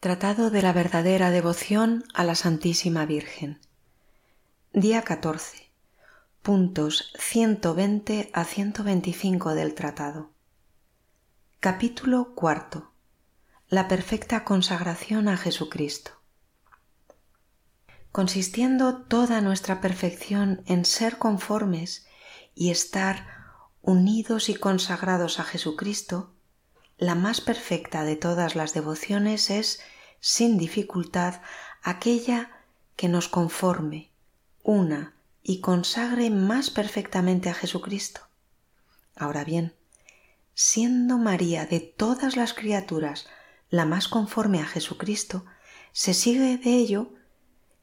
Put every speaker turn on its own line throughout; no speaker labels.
Tratado de la verdadera devoción a la Santísima Virgen. Día 14. Puntos 120 a 125 del tratado. Capítulo cuarto. La perfecta consagración a Jesucristo. Consistiendo toda nuestra perfección en ser conformes y estar unidos y consagrados a Jesucristo, la más perfecta de todas las devociones es, sin dificultad, aquella que nos conforme, una y consagre más perfectamente a Jesucristo. Ahora bien, siendo María de todas las criaturas la más conforme a Jesucristo, se sigue de ello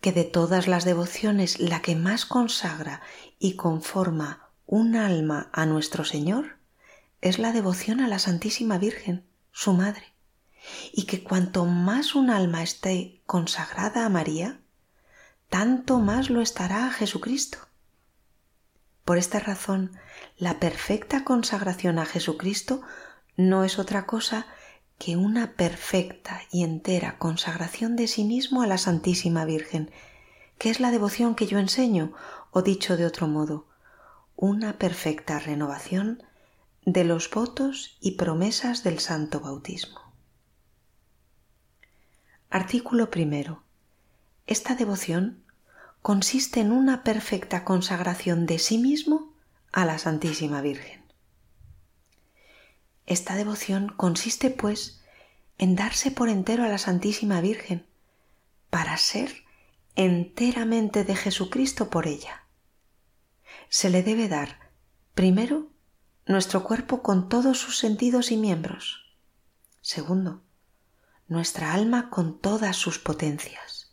que de todas las devociones la que más consagra y conforma un alma a nuestro Señor es la devoción a la Santísima Virgen, su Madre, y que cuanto más un alma esté consagrada a María, tanto más lo estará a Jesucristo. Por esta razón, la perfecta consagración a Jesucristo no es otra cosa que una perfecta y entera consagración de sí mismo a la Santísima Virgen, que es la devoción que yo enseño, o dicho de otro modo, una perfecta renovación de los votos y promesas del santo bautismo. Artículo primero. Esta devoción consiste en una perfecta consagración de sí mismo a la Santísima Virgen. Esta devoción consiste, pues, en darse por entero a la Santísima Virgen, para ser enteramente de Jesucristo por ella. Se le debe dar, primero, nuestro cuerpo con todos sus sentidos y miembros. Segundo, nuestra alma con todas sus potencias.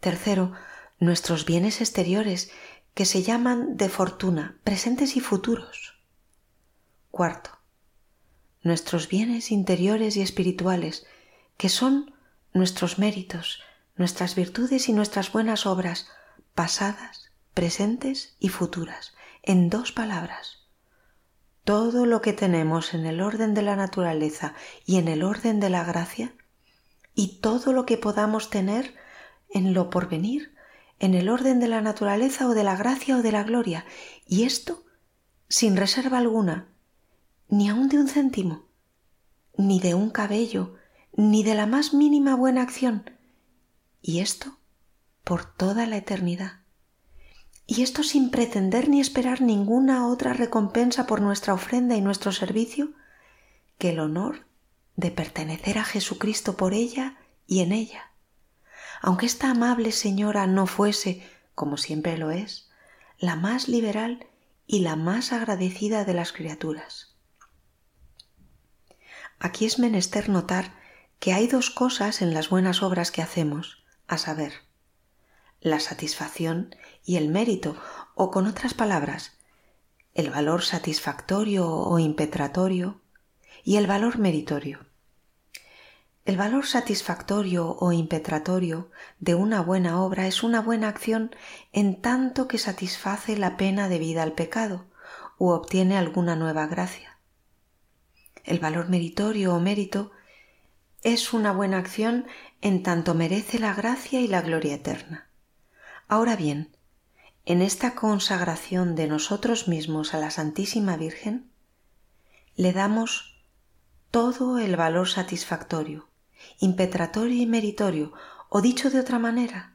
Tercero, nuestros bienes exteriores que se llaman de fortuna, presentes y futuros. Cuarto, nuestros bienes interiores y espirituales que son nuestros méritos, nuestras virtudes y nuestras buenas obras, pasadas, presentes y futuras, en dos palabras, todo lo que tenemos en el orden de la naturaleza y en el orden de la gracia, y todo lo que podamos tener en lo porvenir, en el orden de la naturaleza o de la gracia o de la gloria, y esto sin reserva alguna, ni aun de un céntimo, ni de un cabello, ni de la más mínima buena acción, y esto por toda la eternidad y esto sin pretender ni esperar ninguna otra recompensa por nuestra ofrenda y nuestro servicio que el honor de pertenecer a Jesucristo por ella y en ella. Aunque esta amable señora no fuese, como siempre lo es, la más liberal y la más agradecida de las criaturas. Aquí es menester notar que hay dos cosas en las buenas obras que hacemos, a saber, la satisfacción y el mérito, o con otras palabras, el valor satisfactorio o impetratorio y el valor meritorio. El valor satisfactorio o impetratorio de una buena obra es una buena acción en tanto que satisface la pena debida al pecado u obtiene alguna nueva gracia. El valor meritorio o mérito es una buena acción en tanto merece la gracia y la gloria eterna. Ahora bien, en esta consagración de nosotros mismos a la Santísima Virgen, le damos todo el valor satisfactorio, impetratorio y meritorio, o dicho de otra manera,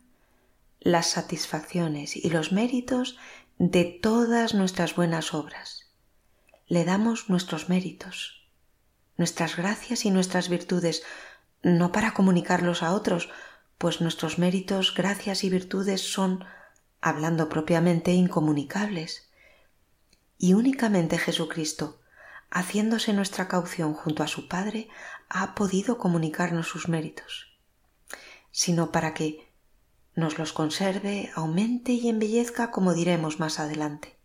las satisfacciones y los méritos de todas nuestras buenas obras. Le damos nuestros méritos, nuestras gracias y nuestras virtudes, no para comunicarlos a otros, pues nuestros méritos, gracias y virtudes son, hablando propiamente, incomunicables. Y únicamente Jesucristo, haciéndose nuestra caución junto a su Padre, ha podido comunicarnos sus méritos, sino para que nos los conserve, aumente y embellezca, como diremos más adelante.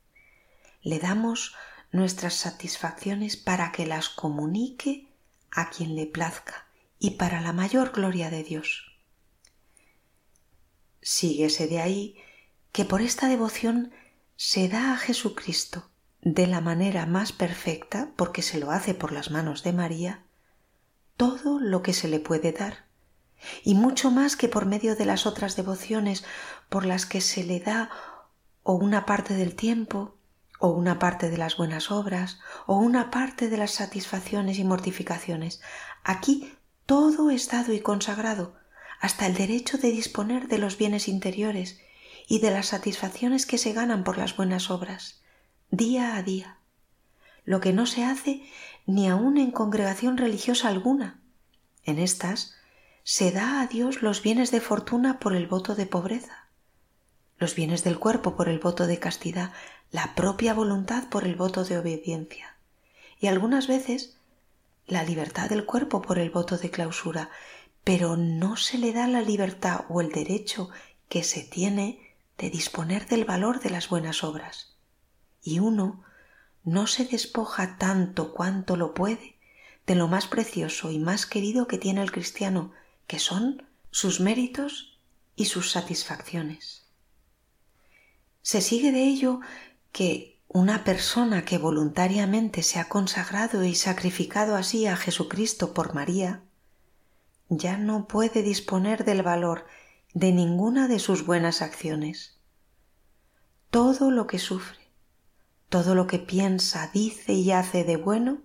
Le damos nuestras satisfacciones para que las comunique a quien le plazca y para la mayor gloria de Dios. Síguese de ahí que por esta devoción se da a Jesucristo de la manera más perfecta, porque se lo hace por las manos de María, todo lo que se le puede dar, y mucho más que por medio de las otras devociones por las que se le da o una parte del tiempo, o una parte de las buenas obras, o una parte de las satisfacciones y mortificaciones. Aquí todo es dado y consagrado, hasta el derecho de disponer de los bienes interiores y de las satisfacciones que se ganan por las buenas obras, día a día. Lo que no se hace ni aun en congregación religiosa alguna. En estas se da a Dios los bienes de fortuna por el voto de pobreza, los bienes del cuerpo por el voto de castidad, la propia voluntad por el voto de obediencia, y algunas veces la libertad del cuerpo por el voto de clausura, pero no se le da la libertad o el derecho que se tiene de disponer del valor de las buenas obras. Y uno no se despoja tanto cuanto lo puede de lo más precioso y más querido que tiene el cristiano, que son sus méritos y sus satisfacciones. Se sigue de ello que una persona que voluntariamente se ha consagrado y sacrificado así a Jesucristo por María, ya no puede disponer del valor de ninguna de sus buenas acciones. Todo lo que sufre, todo lo que piensa, dice y hace de bueno,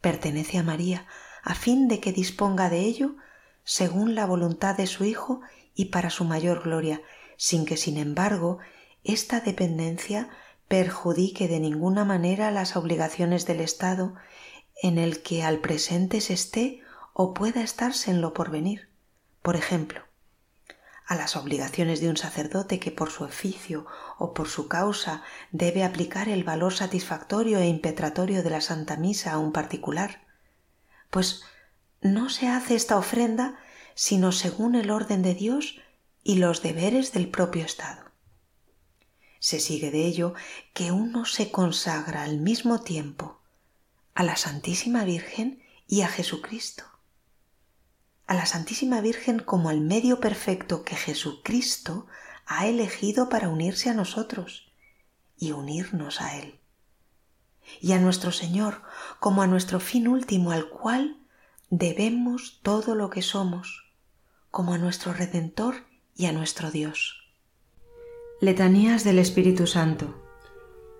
pertenece a María, a fin de que disponga de ello según la voluntad de su Hijo y para su mayor gloria, sin que, sin embargo, esta dependencia perjudique de ninguna manera las obligaciones del Estado en el que al presente se esté o pueda estarse en lo porvenir. Por ejemplo, a las obligaciones de un sacerdote que por su oficio o por su causa debe aplicar el valor satisfactorio e impetratorio de la Santa Misa a un particular. Pues no se hace esta ofrenda sino según el orden de Dios y los deberes del propio Estado. Se sigue de ello que uno se consagra al mismo tiempo a la Santísima Virgen y a Jesucristo. A la Santísima Virgen como al medio perfecto que Jesucristo ha elegido para unirse a nosotros y unirnos a Él. Y a nuestro Señor como a nuestro fin último al cual debemos todo lo que somos, como a nuestro Redentor y a nuestro Dios. Letanías del Espíritu Santo.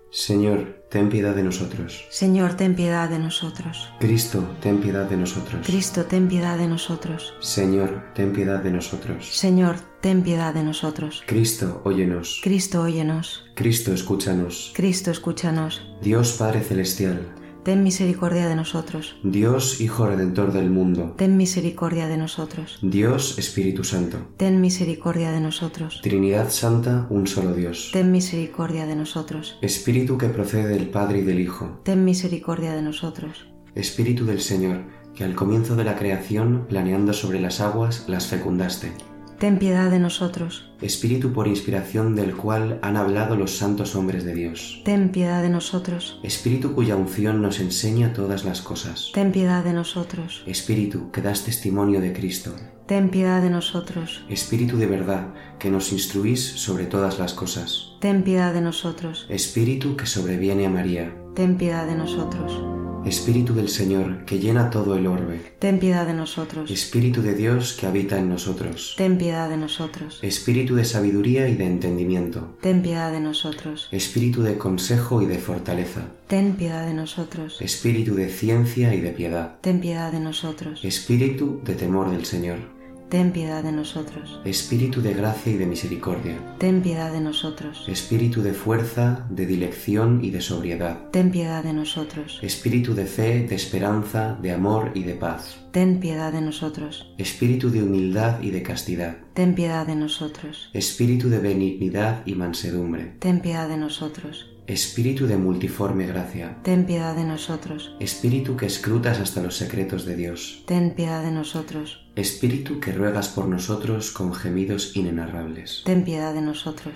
Señor, ten piedad de nosotros.
Señor, ten piedad de nosotros.
Cristo, ten piedad de nosotros.
Cristo, ten piedad de nosotros.
Señor, ten piedad de nosotros.
Señor, ten piedad de nosotros.
Cristo, óyenos.
Cristo, óyenos.
Cristo, escúchanos.
Cristo, escúchanos.
Dios Padre Celestial.
Ten misericordia de nosotros.
Dios Hijo Redentor del mundo.
Ten misericordia de nosotros.
Dios Espíritu Santo.
Ten misericordia de nosotros.
Trinidad Santa, un solo Dios.
Ten misericordia de nosotros.
Espíritu que procede del Padre y del Hijo.
Ten misericordia de nosotros.
Espíritu del Señor, que al comienzo de la creación, planeando sobre las aguas, las fecundaste.
Ten piedad de nosotros.
Espíritu por inspiración del cual han hablado los santos hombres de Dios.
Ten piedad de nosotros.
Espíritu cuya unción nos enseña todas las cosas.
Ten piedad de nosotros.
Espíritu que das testimonio de Cristo.
Ten piedad de nosotros.
Espíritu de verdad que nos instruís sobre todas las cosas.
Ten piedad de nosotros.
Espíritu que sobreviene a María.
Ten piedad de nosotros.
Espíritu del Señor, que llena todo el orbe.
Ten piedad de nosotros.
Espíritu de Dios, que habita en nosotros.
Ten piedad de nosotros.
Espíritu de sabiduría y de entendimiento.
Ten piedad de nosotros.
Espíritu de consejo y de fortaleza.
Ten piedad de nosotros.
Espíritu de ciencia y de piedad.
Ten piedad de nosotros.
Espíritu de temor del Señor.
Ten piedad de nosotros.
Espíritu de gracia y de misericordia.
Ten piedad de nosotros.
Espíritu de fuerza, de dilección y de sobriedad.
Ten piedad de nosotros.
Espíritu de fe, de esperanza, de amor y de paz.
Ten piedad de nosotros.
Espíritu de humildad y de castidad.
Ten piedad de nosotros.
Espíritu de benignidad y mansedumbre.
Ten piedad de nosotros.
Espíritu de multiforme gracia.
Ten piedad de nosotros.
Espíritu que escrutas hasta los secretos de Dios.
Ten piedad de nosotros.
Espíritu que ruegas por nosotros con gemidos inenarrables.
Ten piedad de nosotros.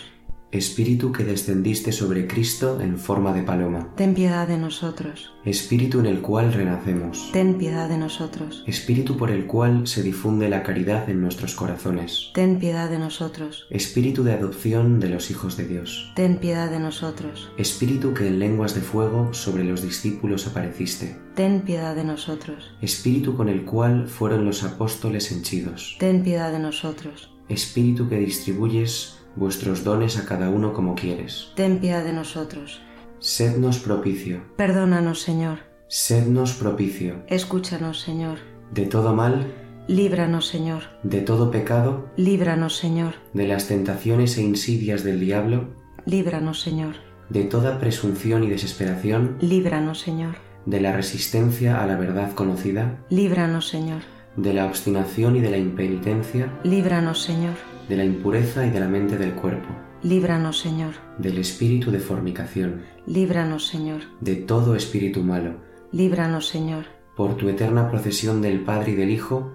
Espíritu que descendiste sobre Cristo en forma de paloma.
Ten piedad de nosotros,
Espíritu en el cual renacemos.
ten piedad de nosotros,
Espíritu por el cual se difunde la caridad en nuestros corazones.
ten piedad de nosotros,
Espíritu de adopción de los hijos de Dios.
ten piedad de nosotros,
Espíritu que en lenguas de fuego sobre los discípulos apareciste.
ten piedad de nosotros,
Espíritu con el cual fueron los apóstoles henchidos.
ten piedad de nosotros,
Espíritu que distribuyes vuestros dones a cada uno como quieres.
ten piedad de nosotros.
Sednos propicio,
Perdónanos, Señor,
sednos propicio,
escúchanos, Señor,
de todo mal,
líbranos, Señor,
de todo pecado,
líbranos, Señor,
de las tentaciones e insidias del diablo,
líbranos, Señor,
de toda presunción y desesperación,
líbranos, Señor,
de la resistencia a la verdad conocida,
líbranos, Señor,
de la obstinación y de la impenitencia,
líbranos, Señor,
de la impureza y de la mente del cuerpo,
líbranos, Señor,
del espíritu de fornicación,
líbranos, Señor,
de todo espíritu malo,
líbranos, Señor.
por tu eterna procesión del Padre y del Hijo,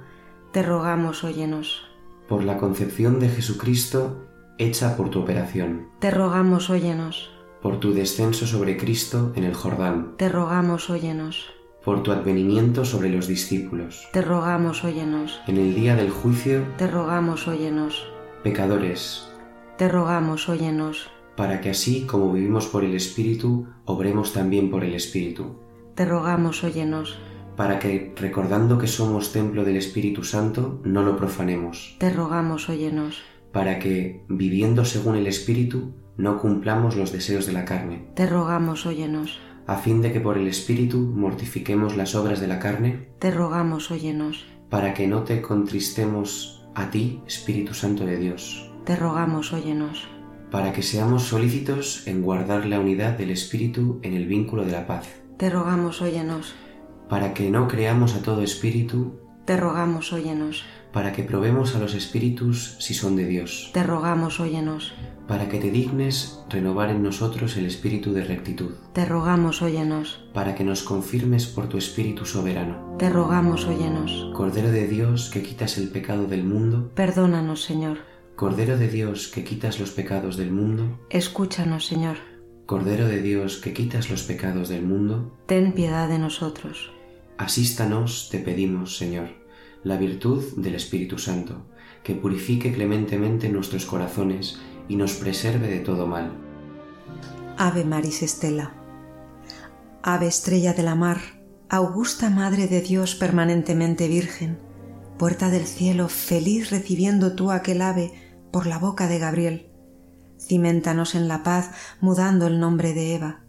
Te rogamos, óyenos,
por la concepción de Jesucristo hecha por tu operación,
te rogamos, óyenos,
por tu descenso sobre Cristo en el Jordán,
te rogamos, óyenos,
por tu advenimiento sobre los discípulos,
te rogamos, óyenos,
en el día del juicio,
te rogamos, óyenos,
pecadores,
te rogamos, óyenos,
para que así como vivimos por el Espíritu, obremos también por el Espíritu,
te rogamos, óyenos,
para que, recordando que somos templo del Espíritu Santo, no lo profanemos,
te rogamos, óyenos,
para que, viviendo según el Espíritu, no cumplamos los deseos de la carne,
te rogamos, óyenos,
a fin de que por el Espíritu mortifiquemos las obras de la carne
te rogamos, óyenos,
para que no te contristemos a ti, Espíritu Santo de Dios,
te rogamos, óyenos,
para que seamos solícitos en guardar la unidad del Espíritu en el vínculo de la paz,
te rogamos, óyenos,
para que no creamos a todo espíritu,
te rogamos, óyenos,
para que probemos a los espíritus si son de Dios,
te rogamos, óyenos,
para que te dignes renovar en nosotros el espíritu de rectitud,
te rogamos, óyenos,
para que nos confirmes por tu Espíritu soberano.
te rogamos, óyenos,
Cordero de Dios que quitas el pecado del mundo,
perdónanos, Señor,
Cordero de Dios que quitas los pecados del mundo,
escúchanos, Señor,
Cordero de Dios que quitas los pecados del mundo,
ten piedad de nosotros.
Asístanos, te pedimos, Señor, la virtud del Espíritu Santo, que purifique clementemente nuestros corazones y nos preserve de todo mal.
Ave Maris Estela. Ave estrella de la mar, augusta Madre de Dios permanentemente Virgen, puerta del cielo, feliz recibiendo tú aquel ave por la boca de Gabriel. Cimentanos en la paz, mudando el nombre de Eva.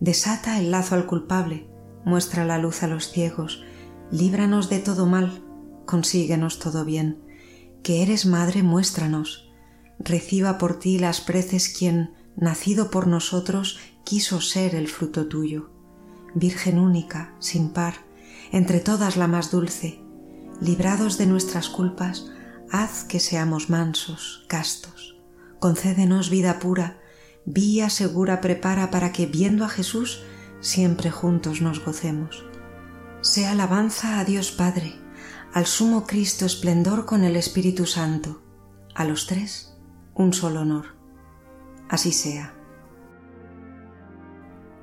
Desata el lazo al culpable, muestra la luz a los ciegos, líbranos de todo mal, consíguenos todo bien. Que eres madre, muéstranos. Reciba por ti las preces quien, nacido por nosotros, quiso ser el fruto tuyo. Virgen única, sin par, entre todas la más dulce, librados de nuestras culpas, haz que seamos mansos, castos. Concédenos vida pura, vía segura prepara para que, viendo a Jesús, siempre juntos nos gocemos. Sea alabanza a Dios Padre, al Sumo Cristo esplendor con el Espíritu Santo, a los tres un solo honor. Así sea.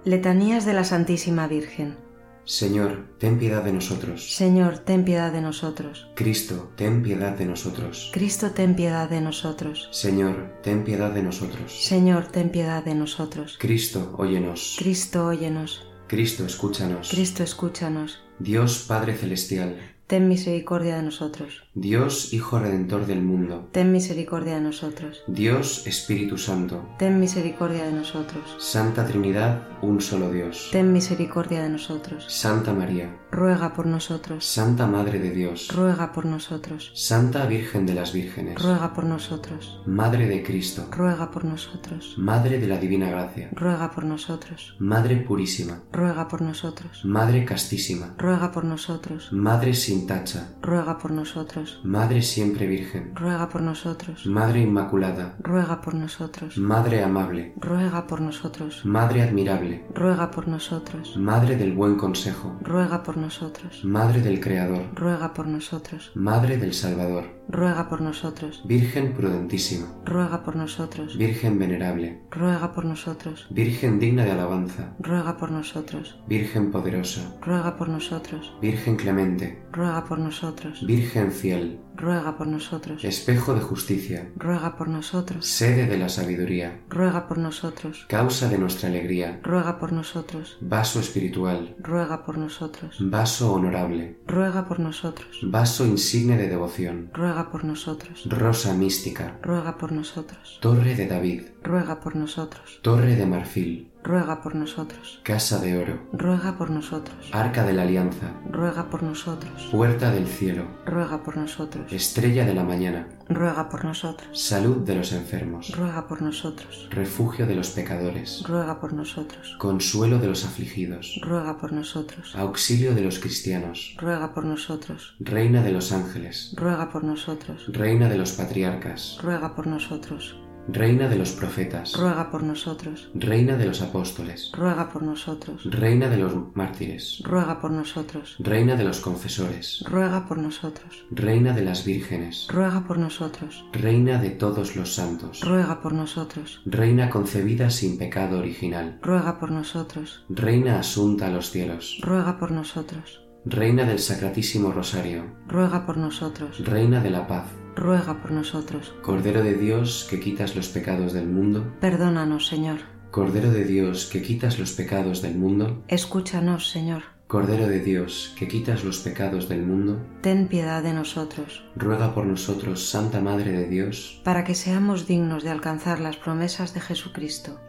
Letanías de la Santísima Virgen.
Señor, ten piedad de nosotros.
Señor, ten piedad de nosotros.
Cristo, ten piedad de nosotros.
Cristo, ten piedad de nosotros.
Señor, ten piedad de nosotros.
Señor, ten piedad de nosotros.
Cristo, óyenos.
Cristo, óyenos.
Cristo, escúchanos.
Cristo, escúchanos.
Dios Padre Celestial,
Ten misericordia de nosotros.
Dios Hijo Redentor del mundo,
Ten misericordia de nosotros.
Dios Espíritu Santo,
Ten misericordia de nosotros.
Santa Trinidad, un solo Dios.
Ten misericordia de nosotros.
Santa María,
Ruega por nosotros.
Santa Madre de Dios,
Ruega por nosotros.
Santa Virgen de las Vírgenes,
Ruega por nosotros.
Madre de Cristo,
Ruega por nosotros.
Madre de la Divina Gracia,
Ruega por nosotros.
Madre Purísima,
Ruega por nosotros.
Madre Castísima,
Ruega por nosotros.
Madre sin tacha,
Ruega por nosotros.
Madre siempre Virgen,
Ruega por nosotros.
Madre Inmaculada,
Ruega por nosotros.
Madre amable,
Ruega por nosotros.
Madre admirable,
Ruega por nosotros.
Madre del Buen Consejo,
Ruega por nosotros.
Madre del Creador,
Ruega por nosotros.
Madre del Salvador,
ruega por nosotros.
Virgen prudentísima,
Ruega por nosotros.
Virgen venerable,
Ruega por nosotros.
Virgen digna de alabanza,
Ruega por nosotros.
Virgen poderosa,
Ruega por nosotros.
Virgen clemente,
Ruega por nosotros.
Virgen fiel,
Ruega por nosotros.
espejo de justicia,
Ruega por nosotros.
sede de la sabiduría,
Ruega por nosotros.
causa de nuestra alegría,
Ruega por nosotros.
vaso espiritual,
Ruega por nosotros.
vaso honorable,
Ruega por nosotros.
vaso insigne de devoción,
Ruega por nosotros.
rosa mística,
Ruega por nosotros.
torre de David,
Ruega por nosotros.
torre de marfil,
Ruega por nosotros.
casa de oro,
Ruega por nosotros.
arca de la alianza,
Ruega por nosotros.
puerta del cielo,
Ruega por nosotros.
estrella de la mañana,
Ruega por nosotros.
salud de los enfermos,
Ruega por nosotros.
refugio de los pecadores,
Ruega por nosotros.
consuelo de los afligidos,
Ruega por nosotros.
auxilio de los cristianos,
Ruega por nosotros.
reina de los ángeles,
Ruega por nosotros.
reina de los patriarcas,
Ruega por nosotros.
reina de los profetas,
Ruega por nosotros.
reina de los apóstoles,
Ruega por nosotros.
reina de los mártires,
Ruega por nosotros.
reina de los confesores,
Ruega por nosotros.
reina de las vírgenes,
Ruega por nosotros.
reina de todos los santos,
Ruega por nosotros.
reina concebida sin pecado original,
Ruega por nosotros.
reina asunta a los cielos,
Ruega por nosotros.
reina del sacratísimo rosario,
Ruega por nosotros.
reina de la paz,
Ruega por nosotros.
Cordero de Dios que quitas los pecados del mundo,
Perdónanos, Señor.
Cordero de Dios que quitas los pecados del mundo,
Escúchanos, Señor.
Cordero de Dios que quitas los pecados del mundo,
Ten piedad de nosotros,
ruega por nosotros, Santa Madre de Dios,
para que seamos dignos de alcanzar las promesas de Jesucristo.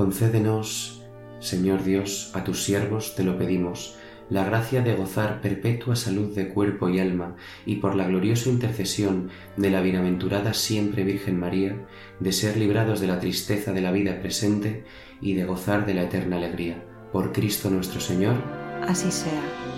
concédenos, Señor Dios, a tus siervos te lo pedimos, la gracia de gozar perpetua salud de cuerpo y alma, y por la gloriosa intercesión de la bienaventurada siempre Virgen María, de ser librados de la tristeza de la vida presente y de gozar de la eterna alegría. Por Cristo nuestro Señor.
Así sea.